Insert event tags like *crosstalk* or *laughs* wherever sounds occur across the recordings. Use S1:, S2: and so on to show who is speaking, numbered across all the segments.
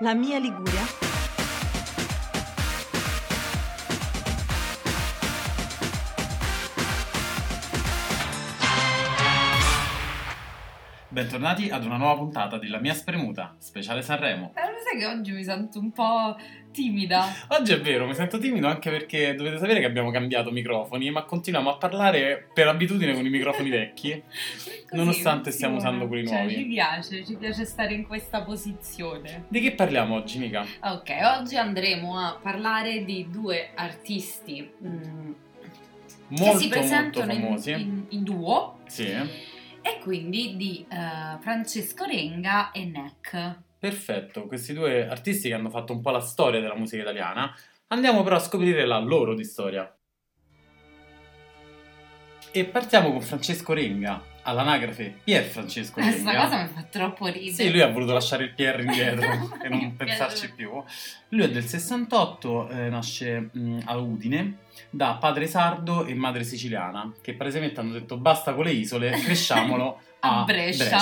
S1: La mia Liguria.
S2: Bentornati ad una nuova puntata di La mia spremuta, speciale Sanremo.
S3: Eh, lo sai che oggi mi sento un po' timida.
S2: Oggi è vero, mi sento timido anche perché dovete sapere che abbiamo cambiato microfoni, ma continuiamo a parlare per abitudine con i microfoni vecchi.
S3: Così,
S2: Nonostante stiamo
S3: funziona.
S2: usando quelli
S3: Cioè,
S2: nuovi.
S3: Ci piace, ci piace stare in questa posizione.
S2: Di che parliamo oggi, mica?
S3: Ok, oggi andremo a parlare di due artisti mm, che si
S2: Molto, molto
S3: presentano in-
S2: famosi.
S3: in, in duo
S2: Sì,
S3: e quindi di eh, Francesco Renga e Neck.
S2: perfetto. Questi due artisti che hanno fatto un po' la storia della musica italiana. Andiamo però a scoprire la loro di storia. E partiamo con Francesco Renga, all'anagrafe Pier Francesco Renga.
S3: Eh, Questa cosa mi fa troppo ridere.
S2: Sì, lui ha voluto lasciare il PR *laughs* indietro e non
S3: Mi piace.
S2: pensarci più. Lui è del 68, eh, nasce mh, a Udine da padre sardo e madre siciliana, che palesemente hanno detto basta con le isole, cresciamolo *laughs* a,
S3: a *laughs* Brescia.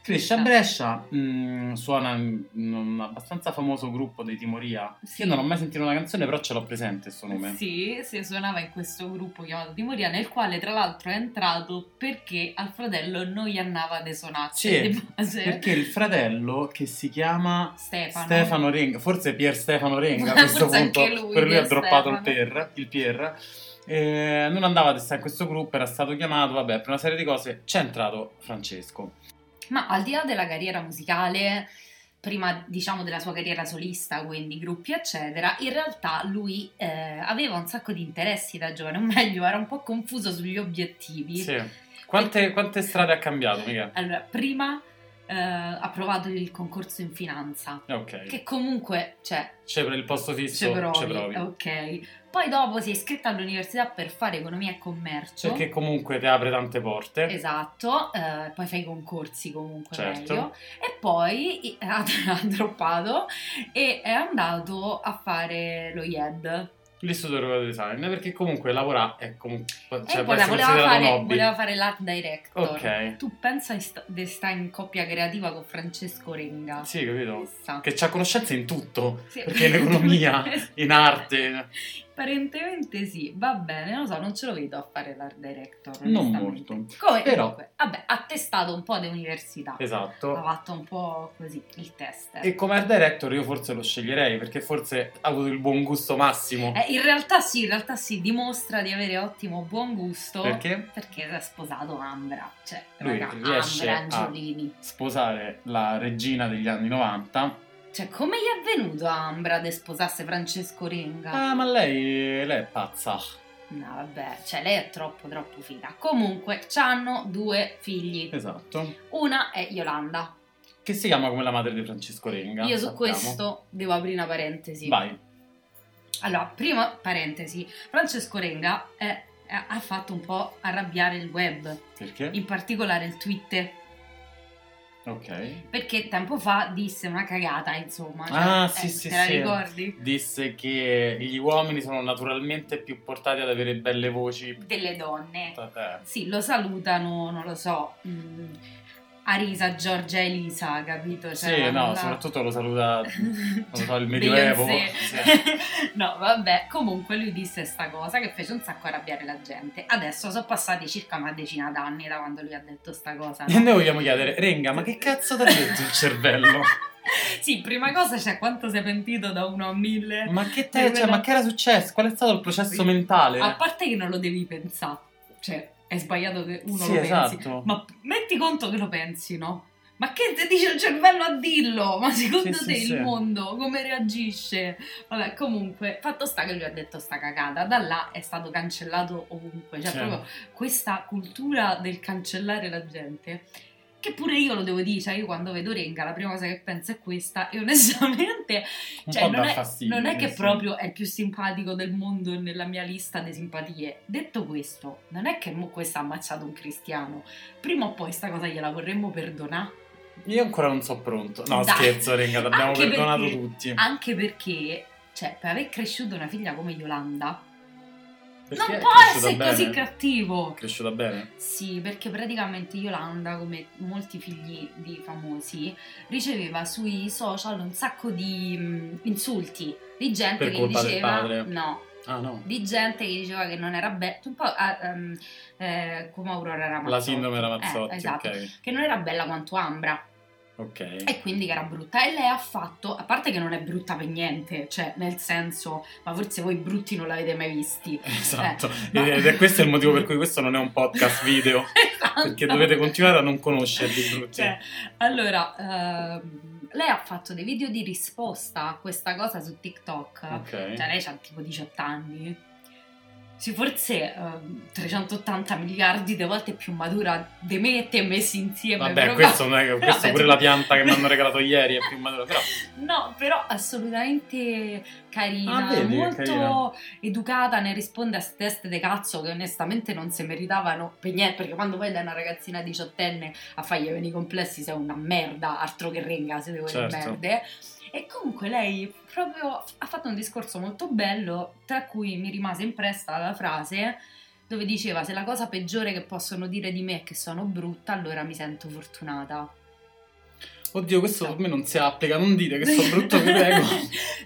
S2: Cresce a Brescia, mh, suona in un abbastanza famoso gruppo dei Timoria.
S3: Sì.
S2: Io non ho mai sentito una canzone, però ce l'ho presente questo nome.
S3: Sì, si suonava in questo gruppo chiamato Di Moria, nel quale tra l'altro è entrato perché al fratello non gli andava de sonacce
S2: Sì,
S3: di base.
S2: Perché il fratello che si chiama
S3: Stefano.
S2: Stefano Renga, forse Pier Stefano Renga a
S3: *laughs*
S2: questo
S3: Forse
S2: punto,
S3: anche lui,
S2: per lui ha
S3: Pier
S2: droppato il
S3: Stefano.
S2: Pier, il Pier. Eh, non andava ad stare in questo gruppo, era stato chiamato, vabbè, per una serie di cose c'è entrato Francesco.
S3: Ma al di là della carriera musicale, prima diciamo della sua carriera solista, quindi gruppi eccetera, in realtà lui eh, aveva un sacco di interessi da giovane, o meglio era un po' confuso sugli obiettivi.
S2: Sì. Quante, quante strade ha cambiato, mica?
S3: Allora, prima eh, ha provato il concorso in finanza,
S2: Eh, Ok.
S3: che comunque, cioè,
S2: C'è per il posto fisso,
S3: Ci provi,
S2: ci provi.
S3: ok. Poi dopo si è iscritta all'università per fare economia e commercio.
S2: Perché comunque ti apre tante porte.
S3: Esatto, eh, poi fai i concorsi comunque
S2: Certo.
S3: meglio. E poi i- *laughs* ha, ha droppato e è andato a fare lo IED.
S2: Lì studio del design, perché comunque lavorare è comunque... Cioè,
S3: e
S2: può
S3: poi la
S2: essere
S3: voleva
S2: considerato un
S3: Eh, fare,
S2: hobby.
S3: voleva fare l'art director.
S2: Ok.
S3: Tu pensa di sta- di stare in coppia creativa con Francesco Renga.
S2: Sì, capito.
S3: Chissà.
S2: Che c'ha conoscenze in tutto.
S3: Sì.
S2: Perché in
S3: *laughs*
S2: economia, in arte.
S3: Apparentemente sì, va bene, non lo so, non ce lo vedo a fare l'art director.
S2: Non
S3: onestamente.
S2: molto.
S3: Come,
S2: Però-
S3: Comunque, vabbè, ha testato un po' di università,
S2: Esatto.
S3: ha fatto un po' così il test.
S2: E come art director io forse lo sceglierei perché forse ha avuto il buon gusto massimo.
S3: Eh, in realtà sì, in realtà sì, dimostra di avere ottimo buon gusto.
S2: Perché
S3: Perché si è sposato Ambra, cioè
S2: Lui
S3: raga,
S2: riesce
S3: Ambra
S2: a-
S3: Angiolini.
S2: sposare la regina degli anni 90.
S3: Cioè, come gli è venuto a Ambra di sposasse Francesco Renga?
S2: Ah, ma lei, lei è pazza.
S3: No, vabbè, cioè lei è troppo troppo figa. Comunque, hanno due figli.
S2: Esatto.
S3: Una è Yolanda,
S2: Che si chiama come la madre di Francesco Renga.
S3: Io su
S2: Ah, sappiamo.
S3: questo devo aprire una parentesi.
S2: Vai.
S3: Allora, prima parentesi, Francesco Renga è- è- ha fatto un po' arrabbiare il web,
S2: Perché?
S3: in particolare il Twitter,
S2: Ok.
S3: perché tempo fa disse una cagata, insomma. cioè,
S2: Ah,
S3: eh,
S2: sì, sì,
S3: Te la
S2: sì.
S3: ricordi?
S2: Disse che gli uomini sono naturalmente più portati ad avere belle voci.
S3: Delle donne.
S2: Eh,
S3: Sì, lo salutano, non lo so, mh, Arisa, Giorgia, Elisa, capito? Cioè,
S2: sì, no,
S3: la-
S2: soprattutto lo saluta
S3: *laughs* non
S2: lo so, il Medioevo.
S3: no, vabbè, comunque lui disse sta cosa che fece un sacco arrabbiare la gente. Adesso sono passati circa una decina d'anni da quando lui ha detto sta cosa.
S2: E noi vogliamo chiedere, Renga, ma che cazzo ti ha detto il cervello?
S3: *laughs* sì, prima cosa c'è quanto sei pentito da uno a mille.
S2: Ma che, te, cioè, ma che era successo? Qual è stato il processo mentale?
S3: A parte che non lo devi pensare, cioè è sbagliato che uno
S2: sì,
S3: lo pensi.
S2: esatto.
S3: Ma metti conto che lo pensi, no? Ma che ti dice il cervello a dirlo? Ma secondo
S2: Sì,
S3: te
S2: sì,
S3: il
S2: sì.
S3: mondo come reagisce? Vabbè, comunque, fatto sta che lui ha detto sta cagata, da là è stato cancellato ovunque. Cioè,
S2: Sì.
S3: proprio questa cultura del cancellare la gente, che pure io lo devo dire, cioè io quando vedo Renga la prima cosa che penso è questa e onestamente
S2: Un
S3: cioè,
S2: po' dà
S3: non, è,
S2: fastidio. eh,
S3: non è che
S2: sì.
S3: proprio è il più simpatico del mondo nella mia lista di simpatie. Detto questo, non è che mo questo ha ammazzato un cristiano. Prima o poi sta cosa gliela vorremmo perdonare.
S2: Io ancora non so pronto. No,
S3: Dai.
S2: scherzo, Renga, l'abbiamo
S3: Anche
S2: perdonato
S3: perché- Ah,
S2: tutti.
S3: Anche perché, cioè, per aver cresciuto una figlia come Yolanda,
S2: Perché
S3: non
S2: è
S3: può
S2: cresciuta
S3: essere
S2: bene?
S3: così
S2: È
S3: cattivo.
S2: cresciuta bene?
S3: Sì, perché praticamente Yolanda, come molti figli di famosi, riceveva sui social un sacco di mh, insulti di gente
S2: Per
S3: che
S2: colpa del
S3: diceva
S2: padre.
S3: no,
S2: Ah no,
S3: di gente che diceva che non era bella, un po' ah, ehm, eh, come Aurora Ramazzotti.
S2: la sindrome Ramazzotti,
S3: Eh, esatto,
S2: ok.
S3: che non era bella quanto Ambra.
S2: Ok.
S3: E quindi che era brutta. E lei ha fatto, a parte che non è brutta per niente, cioè nel senso, ma forse voi brutti non l'avete mai visti.
S2: *laughs* Esatto,
S3: ma-
S2: ed è questo è il motivo per cui questo non è un podcast
S3: *laughs*
S2: video,
S3: Esatto.
S2: perché dovete continuare a non conoscerli brutti.
S3: Cioè, allora, ehm, lei ha fatto dei video di risposta a questa cosa su TikTok.
S2: ok.
S3: Cioè, lei ha tipo 18 anni. Sì, forse ehm, 380 miliardi di volte più matura di me e te messi insieme.
S2: Vabbè,
S3: proprio.
S2: questo, non è, che-
S3: Però,
S2: questo
S3: beh,
S2: pure
S3: cioè-
S2: la pianta che mi hanno regalato ieri è più matura, però
S3: No, però assolutamente carina,
S2: Ah, vedi che
S3: molto
S2: carina.
S3: educata, ne risponde a ste teste de cazzo che onestamente non si meritavano per niente, perché quando poi dai una ragazzina diciottenne a fargli avere i complessi sei una merda, altro che renga, siete voi le
S2: Certo.
S3: merde. E comunque lei proprio ha fatto un discorso molto bello, tra cui mi rimase impressa la frase dove diceva se la cosa peggiore che possono dire di me è che sono brutta, allora mi sento fortunata.
S2: Oddio, questo
S3: Esatto.
S2: a me non si applica, non dite che sono brutto, vi
S3: *laughs*
S2: prego.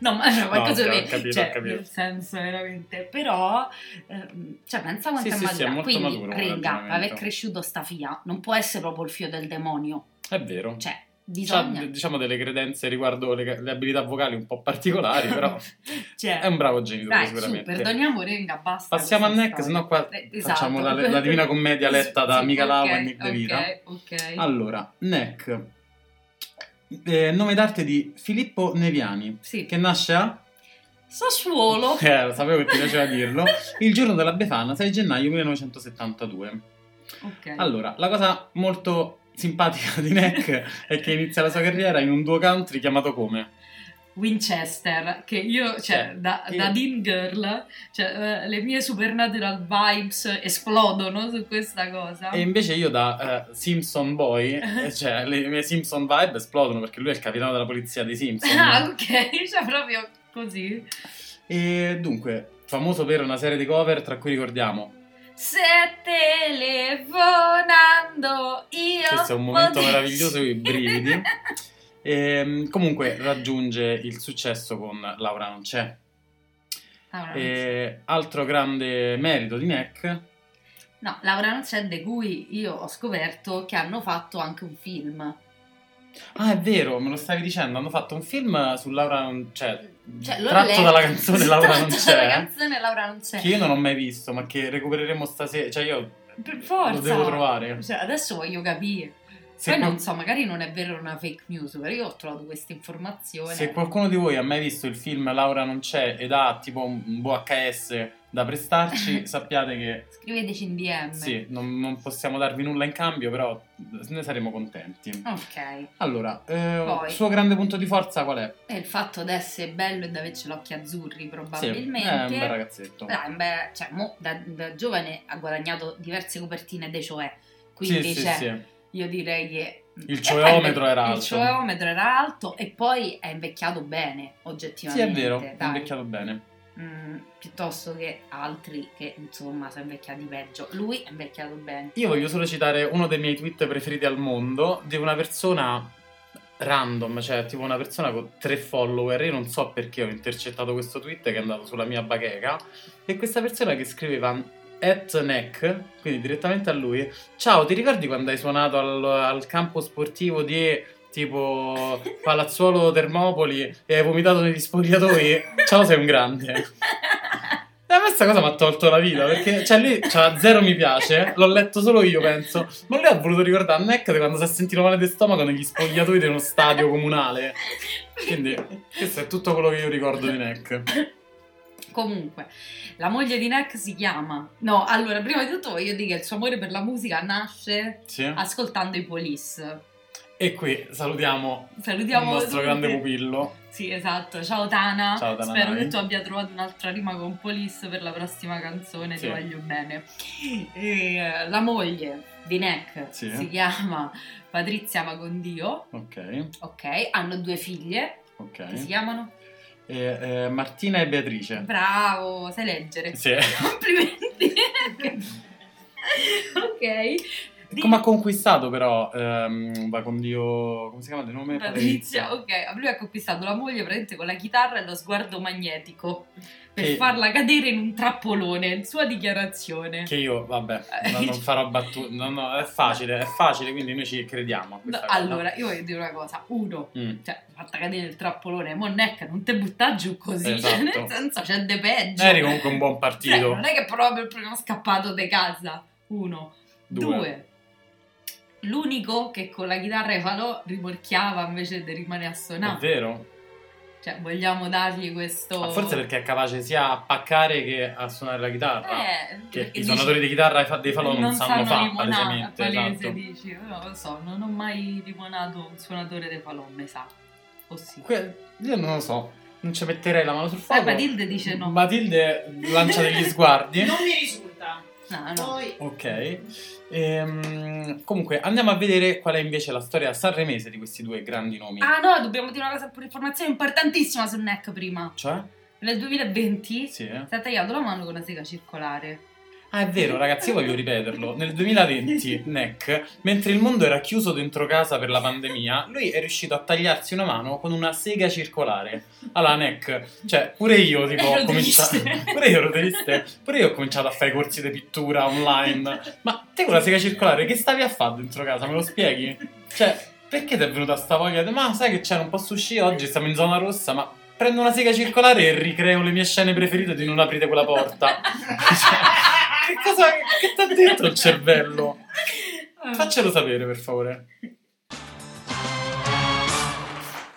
S3: no, ma no, qualcosa
S2: No,
S3: che
S2: ho capito,
S3: cioè,
S2: ho capito.
S3: nel senso veramente, però ehm, cioè pensa quanto
S2: Sì,
S3: è
S2: sì,
S3: matura.
S2: sì, è molto
S3: Quindi,
S2: maturo come
S3: raga,
S2: ragionamento.
S3: aver cresciuto sta figlia non può essere proprio il figlio del demonio,
S2: È vero.
S3: cioè
S2: C'ha,
S3: bisogna
S2: d- diciamo delle credenze riguardo le, le abilità vocali un po'
S3: *laughs*
S2: particolari, però
S3: cioè,
S2: è un bravo genitore
S3: dai, su,
S2: sicuramente.
S3: perdoniamo Renga, basta.
S2: Passiamo a
S3: questa
S2: Neck,
S3: storia.
S2: sennò qua
S3: Eh,
S2: facciamo la,
S3: esatto.
S2: la Divina Commedia letta da
S3: Sì,
S2: Mica Lau
S3: ok,
S2: e Nick De Vita.
S3: Ok, ok.
S2: Allora, Neck, eh, nome d'arte di Filippo Neviani,
S3: sì.
S2: che nasce a...
S3: Sassuolo.
S2: *laughs* Eh, lo sapevo che ti piaceva dirlo. Il giorno della Befana, 6 gennaio 1972.
S3: ok.
S2: Allora, la cosa molto simpatica di Neck è che inizia la sua carriera in un duo country chiamato come?
S3: Winchester, che io, cioè,
S2: Cioè,
S3: da,
S2: io-
S3: da Dean Girl, cioè, eh, le mie supernatural vibes esplodono su questa cosa. *laughs*
S2: E invece io da eh, Simpson Boy, eh, cioè le mie Simpson vibe esplodono perché lui è il capitano della polizia dei Simpson.
S3: Ah, ok, cioè, proprio così.
S2: E dunque, famoso per una serie di cover tra cui ricordiamo,
S3: Se telefonando io...
S2: questo è un momento
S3: potessi-
S2: meraviglioso i
S3: *laughs*
S2: brividi. Ehm, comunque raggiunge il successo con Laura non c'è.
S3: Laura non c'è.
S2: E altro grande merito di Neck
S3: No, Laura non c'è, di cui io ho scoperto che hanno fatto anche un film.
S2: Ah, è vero, me lo stavi dicendo. Hanno fatto un film su Laura non c'è.
S3: Cioè, l'ho
S2: tratto
S3: letto.
S2: dalla canzone Laura non
S3: *laughs* Tratto dalla
S2: c'è.
S3: canzone Laura non c'è.
S2: Che io non ho mai visto, ma che recupereremo stasera. Cioè, io
S3: Per forza.
S2: lo devo trovare.
S3: Cioè, adesso voglio capire.
S2: Se,
S3: Poi
S2: qual-
S3: non so, magari non è vero una fake news, però io ho trovato questa informazione.
S2: se qualcuno di voi ha mai visto il film Laura non c'è ed ha tipo un VHS da
S3: *laughs*
S2: prestarci, sappiate che
S3: Scriveteci in DM.
S2: sì, non, non possiamo darvi nulla in cambio, però ne saremo contenti.
S3: Ok. E
S2: Allora, eh,
S3: Poi.
S2: suo grande punto di forza qual è?
S3: il fatto di essere bello e di averci gli occhi azzurri,
S2: Sì,
S3: probabilmente.
S2: è un bel ragazzetto.
S3: Dai, beh, cioè, mo da, da giovane ha guadagnato diverse copertine dei cioè. Quindi,
S2: sì, sì,
S3: cioè,
S2: sì.
S3: io direi che...
S2: Il
S3: E
S2: cioeometro
S3: poi-
S2: era
S3: Il
S2: alto.
S3: cioeometro era alto e poi è invecchiato bene,
S2: Sì, è
S3: oggettivamente.
S2: vero,
S3: dai.
S2: è invecchiato bene.
S3: Mm, piuttosto che altri che, insomma, sono invecchiati peggio. Lui è invecchiato bene.
S2: Io voglio solo citare uno dei miei tweet preferiti al mondo di una persona random, cioè tipo una persona con tre follower. Io non so perché ho intercettato questo tweet che è andato sulla mia bacheca. E questa persona che scriveva at neck, quindi direttamente a lui, ciao, ti ricordi quando hai suonato al, al campo sportivo di tipo Palazzuolo Termopoli e hai vomitato negli spogliatoi? Ciao, sei un grande. E a me sta cosa mi ha tolto la vita perché cioè, lui c'ha zero mi piace, l'ho letto solo io penso, ma lui ha voluto ricordare a Neck di quando si è sentito male di stomaco negli spogliatoi di uno stadio comunale. Quindi questo è tutto quello che io ricordo di Neck.
S3: Comunque, la moglie di Neck si chiama. No, allora, prima di tutto voglio dire che il suo amore per la musica nasce
S2: Sì.
S3: ascoltando i police.
S2: E qui salutiamo
S3: Salutiamo
S2: il nostro
S3: tutti.
S2: grande pupillo.
S3: Sì, esatto. Ciao Tana.
S2: Ciao, Tana
S3: Spero
S2: Nai.
S3: che tu abbia trovato un'altra rima con Polis per la prossima canzone.
S2: Sì.
S3: Ti voglio bene. E, eh, la moglie di Neck
S2: Sì.
S3: si chiama Patrizia Magondio.
S2: Ok,
S3: Ok, hanno due figlie
S2: ok.
S3: che si chiamano
S2: Eh, eh, Martina e Beatrice.
S3: Bravo, sai leggere.
S2: Sì.
S3: *laughs* Complimenti.
S2: *laughs*
S3: ok. Di-
S2: Come ha conquistato però ehm, va con Dio, come si chiama il nome?
S3: Patrizia, ok, lui ha conquistato la moglie praticamente con la chitarra e lo sguardo magnetico per
S2: Che-
S3: farla cadere in un trappolone, in sua dichiarazione.
S2: Che io, vabbè,
S3: Eh.
S2: no, non farò battute, no, no, è facile, è facile, quindi noi ci crediamo a
S3: No,
S2: questa cosa.
S3: allora, io voglio dire una cosa, uno,
S2: Mm.
S3: cioè, fatta cadere il trappolone, monnecca, non te butta giù così, cioè,
S2: Esatto.
S3: nel senso c'è de peggio.
S2: Eri comunque un buon
S3: *laughs* Cioè,
S2: partito.
S3: non è che proprio prima scappato di casa, uno. Due.
S2: Due.
S3: L'unico che con la chitarra e falò rimorchiava invece di rimanere a
S2: È
S3: suonare.
S2: vero?
S3: Cioè, vogliamo dargli questo...
S2: Ma forse perché è capace sia a paccare che a suonare la chitarra.
S3: Eh,
S2: Ah, che
S3: perché
S2: i
S3: dici-
S2: suonatori di chitarra e fa- dei falò non, sanno fa,
S3: limonare,
S2: palesemente.
S3: palese,
S2: Esatto.
S3: dici, io non lo so, non ho mai limonato un suonatore dei falò, mi sa. O sì.
S2: Que- io non lo so, non ci metterei la mano sul
S3: Sai,
S2: fuoco.
S3: Eh, Matilde dice no.
S2: Matilde lancia
S3: *laughs*
S2: degli sguardi.
S1: Non mi risulta.
S3: No, no.
S1: Poi
S2: Ok, Ehm, comunque andiamo a vedere qual è invece la storia sanremese di questi due grandi nomi.
S3: Ah no, dobbiamo dire una cosa, un'informazione importantissima sul NEC prima.
S2: Cioè?
S3: Nel 2020
S2: Sì, eh?
S3: si è tagliato la mano con una sega circolare.
S2: Ah, è vero, ragazzi, io voglio ripeterlo. Nel
S3: *laughs*
S2: 2020, Neck, mentre il mondo era chiuso dentro casa per la pandemia, lui è riuscito a tagliarsi una mano con una sega circolare. Allora, Neck, cioè, pure io, tipo,
S3: Ero
S2: ho cominciato. *laughs*
S3: triste.
S2: Pure io ero triste, pure io ho cominciato a fare corsi di pittura online.
S3: *laughs*
S2: Ma te con la sega circolare, che stavi a fare dentro casa? Me lo spieghi? Cioè, perché ti è venuta sta voglia? di- Ma sai che c'era un po' sushi oggi, siamo in zona rossa, ma prendo una sega circolare e ricreo le mie scene preferite di non aprite quella
S3: *laughs*
S2: porta. Che cosa che ti ha detto il cervello?
S3: Eh. Ah.
S2: Faccelo sapere, per favore.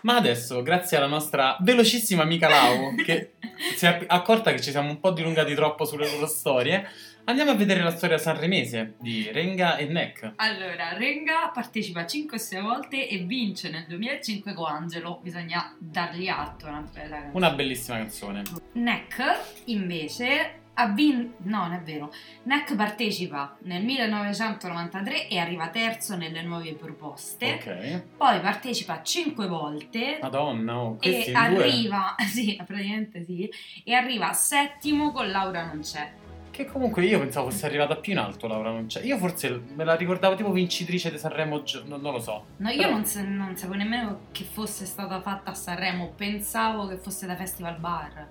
S2: Ma adesso, grazie alla nostra velocissima amica Lau,
S3: *laughs*
S2: che si è accorta che ci siamo un po' dilungati troppo sulle loro storie, andiamo a vedere la storia sanremese di Renga e Neck.
S3: Allora, Renga partecipa 5-6 volte e vince nel 2005 con Angelo. Bisogna dargli atto, è una bella canzone.
S2: Una bellissima canzone.
S3: Neck invece ha vinto, no non è vero, Neck partecipa nel 1993 e arriva terzo nelle nuove proposte,
S2: Ok.
S3: poi partecipa cinque volte
S2: Madonna, oh, questi
S3: e
S2: in due.
S3: arriva, *laughs* sì praticamente sì, e arriva settimo con Laura non c'è.
S2: Che comunque io pensavo fosse arrivata più in alto Laura non c'è. Io forse me la ricordavo tipo vincitrice di Sanremo, Gio- non, non lo so.
S3: No, io
S2: Però-
S3: non, sa- non sapevo nemmeno che fosse stata fatta a Sanremo, pensavo che fosse da Festival Bar.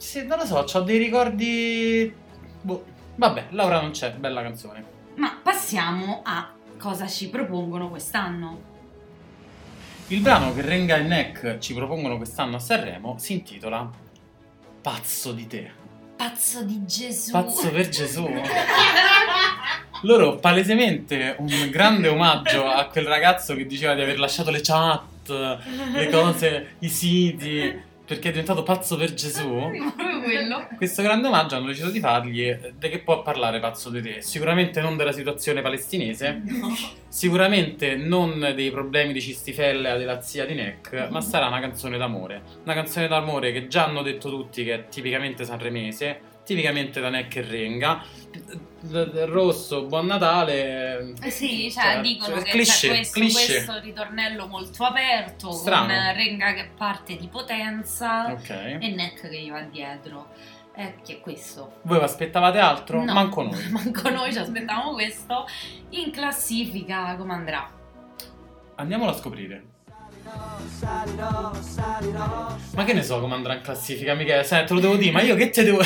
S2: Sì, non lo so, ho dei ricordi. Boh. Vabbè, Laura non c'è, bella canzone.
S3: Ma passiamo a cosa ci propongono quest'anno.
S2: Il brano che Renga e Neck ci propongono quest'anno a Sanremo si intitola Pazzo di te.
S3: Pazzo di Gesù. *laughs*
S2: Pazzo per Gesù. Loro palesemente un grande omaggio a quel ragazzo che diceva di aver lasciato le chat, le cose, i siti, perché è diventato pazzo per Gesù.
S3: Proprio quello.
S2: Questo grande omaggio hanno deciso di fargli eh, di che può parlare pazzo di te. Sicuramente non della situazione palestinese,
S3: *laughs* No.
S2: Sicuramente non dei problemi di cistifellea della zia di Neck, ma sarà una canzone d'amore. Una canzone d'amore che già hanno detto tutti che è tipicamente sanremese, tipicamente da Neck e Renga. L- l- Rosso, buon Natale.
S3: Eh Sì, cioè, dicono che
S2: Certo, cliché,
S3: c'è questo,
S2: cliché.
S3: questo ritornello molto aperto
S2: Strano.
S3: con Renga che parte di potenza
S2: Ok.
S3: e Neck che gli va dietro. Eh, che è questo?
S2: Voi vi aspettavate altro?
S3: No.
S2: Manco noi.
S3: *laughs* Manco noi ci aspettavamo questo. In classifica come andrà? *laughs*
S2: Andiamolo a scoprire. Ma che ne so come andrà in classifica, Michele? Sai, te lo devo dire, ma io che te devo.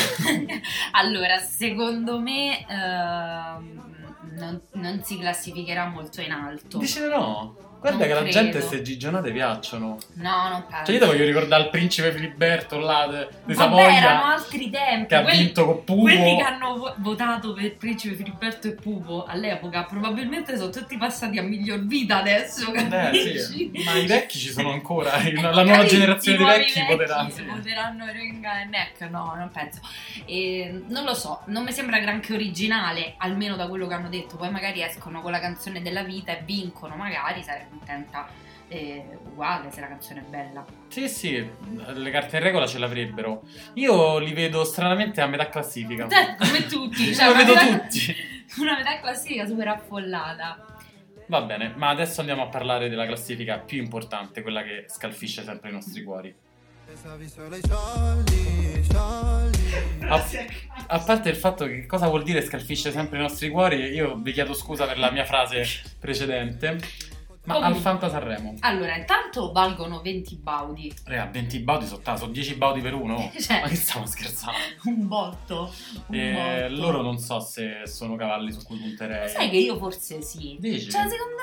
S3: allora, secondo me ehm, non, non si classificherà molto in alto.
S2: Dici di no. Guarda
S3: Non
S2: che la
S3: credo.
S2: gente queste gigionate piacciono.
S3: No, non penso.
S2: Cioè, io te voglio ricordare il principe Filiberto là de- di
S3: Vabbè, erano
S2: Savoia
S3: altri tempi.
S2: che ha
S3: quelli-
S2: vinto con Pupo.
S3: Quelli che hanno vo- votato per Principe Filiberto e Pupo all'epoca probabilmente sono tutti passati a miglior vita adesso,
S2: Eh,
S3: capisci? *laughs*
S2: sì, ma i vecchi ci sono ancora.
S3: Eh,
S2: La nuova
S3: capisci,
S2: generazione
S3: i
S2: di
S3: nuovi
S2: vecchi voterà. sì.
S3: voteranno Renga e Neck, no, non penso. E, non lo so, non mi sembra granché originale, almeno da quello che hanno detto. Poi magari escono con la canzone della vita e vincono, magari sarei contenta eh, uguale se la canzone è bella.
S2: Sì, sì, le carte in regola ce l'avrebbero. Io li vedo stranamente a metà classifica.
S3: Cioè, come tutti,
S2: Li
S3: cioè, una
S2: vedo
S3: metà-
S2: tutti.
S3: *laughs* Una metà classifica super affollata.
S2: Va bene, ma adesso andiamo a parlare della classifica più importante, quella che scalfisce sempre i nostri cuori.
S1: Pensavi solo ai soldi, soldi.
S2: Ah.
S3: Grazie.
S2: A parte il fatto che cosa vuol dire scalfisce sempre i nostri cuori, io vi chiedo scusa per la mia frase precedente. Ma
S3: Comunque.
S2: al Fanta Sanremo,
S3: Allora, intanto valgono 20 baudi,
S2: Rea, 20 baudi sott'aso, 10 baudi per uno.
S3: *laughs* Cioè-
S2: Oh, Ma che stiamo scherzando?
S3: un botto. Un
S2: Eh,
S3: botto.
S2: loro non so se sono cavalli su cui punterei.
S3: Sai che io forse sì.
S2: Dici?
S3: Cioè, secondo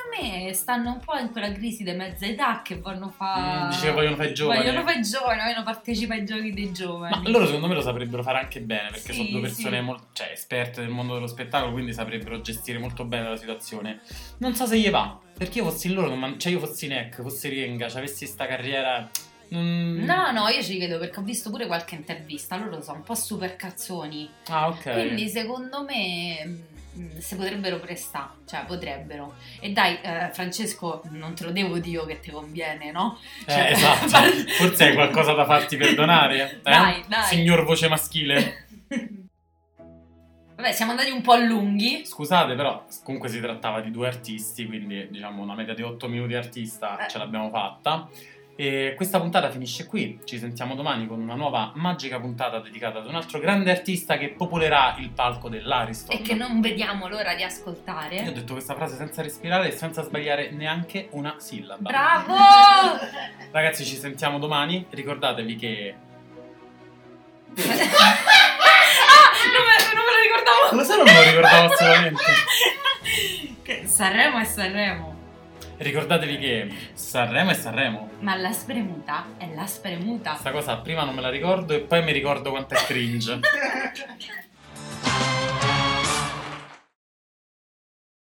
S3: me stanno un po' in quella crisi di mezza età che vanno fa...
S2: Mm, dici che vogliono fare i giovani.
S3: Vogliono fare i giovani, vogliono partecipare ai giochi dei giovani.
S2: Ma loro secondo me lo saprebbero fare anche bene perché
S3: Sì,
S2: sono due persone
S3: sì.
S2: molto, cioè, esperte del mondo dello spettacolo, quindi saprebbero gestire molto bene la situazione. Non so se gli va, perché io fossi loro, non man- cioè io fossi Neck, fossi Rienga, cioè avessi sta carriera... mm,
S3: No, no, io ci credo perché ho visto pure qualche intervista, loro sono un po' super cazzoni.
S2: Ah, ok.
S3: Quindi secondo me mm, si potrebbero prestare, cioè potrebbero. E dai, eh, Francesco, non te lo devo dire io che ti conviene, no?
S2: Eh,
S3: Cioè, *laughs*
S2: esatto.
S3: par-
S2: Forse hai qualcosa da
S3: *laughs*
S2: farti perdonare. eh?
S3: Dai, dai.
S2: Signor voce maschile.
S3: *laughs* Vabbè, siamo andati un po' lunghi.
S2: Scusate, però comunque si trattava di due artisti, quindi diciamo una media di 8 minuti artista
S3: Eh.
S2: ce l'abbiamo fatta. E questa puntata finisce qui, ci sentiamo domani con una nuova magica puntata dedicata ad un altro grande artista che popolerà il palco dell'Ariston.
S3: E che non vediamo l'ora di
S2: Io ho
S3: ascoltare.
S2: detto questa frase senza respirare e senza sbagliare neanche una sillaba. *laughs*
S3: Bravo! Ah,
S2: Ragazzi, ci sentiamo domani. Ricordatevi che...
S3: ah, non me, non me lo ricordavo.
S2: Lo so, non me lo ricordavo assolutamente.
S3: *laughs* Che Sanremo è Sanremo.
S2: Ricordatevi che Sanremo è Sanremo.
S3: Ma la spremuta è la spremuta.
S2: *laughs* Questa cosa prima non me la ricordo e poi mi ricordo quanto è cringe.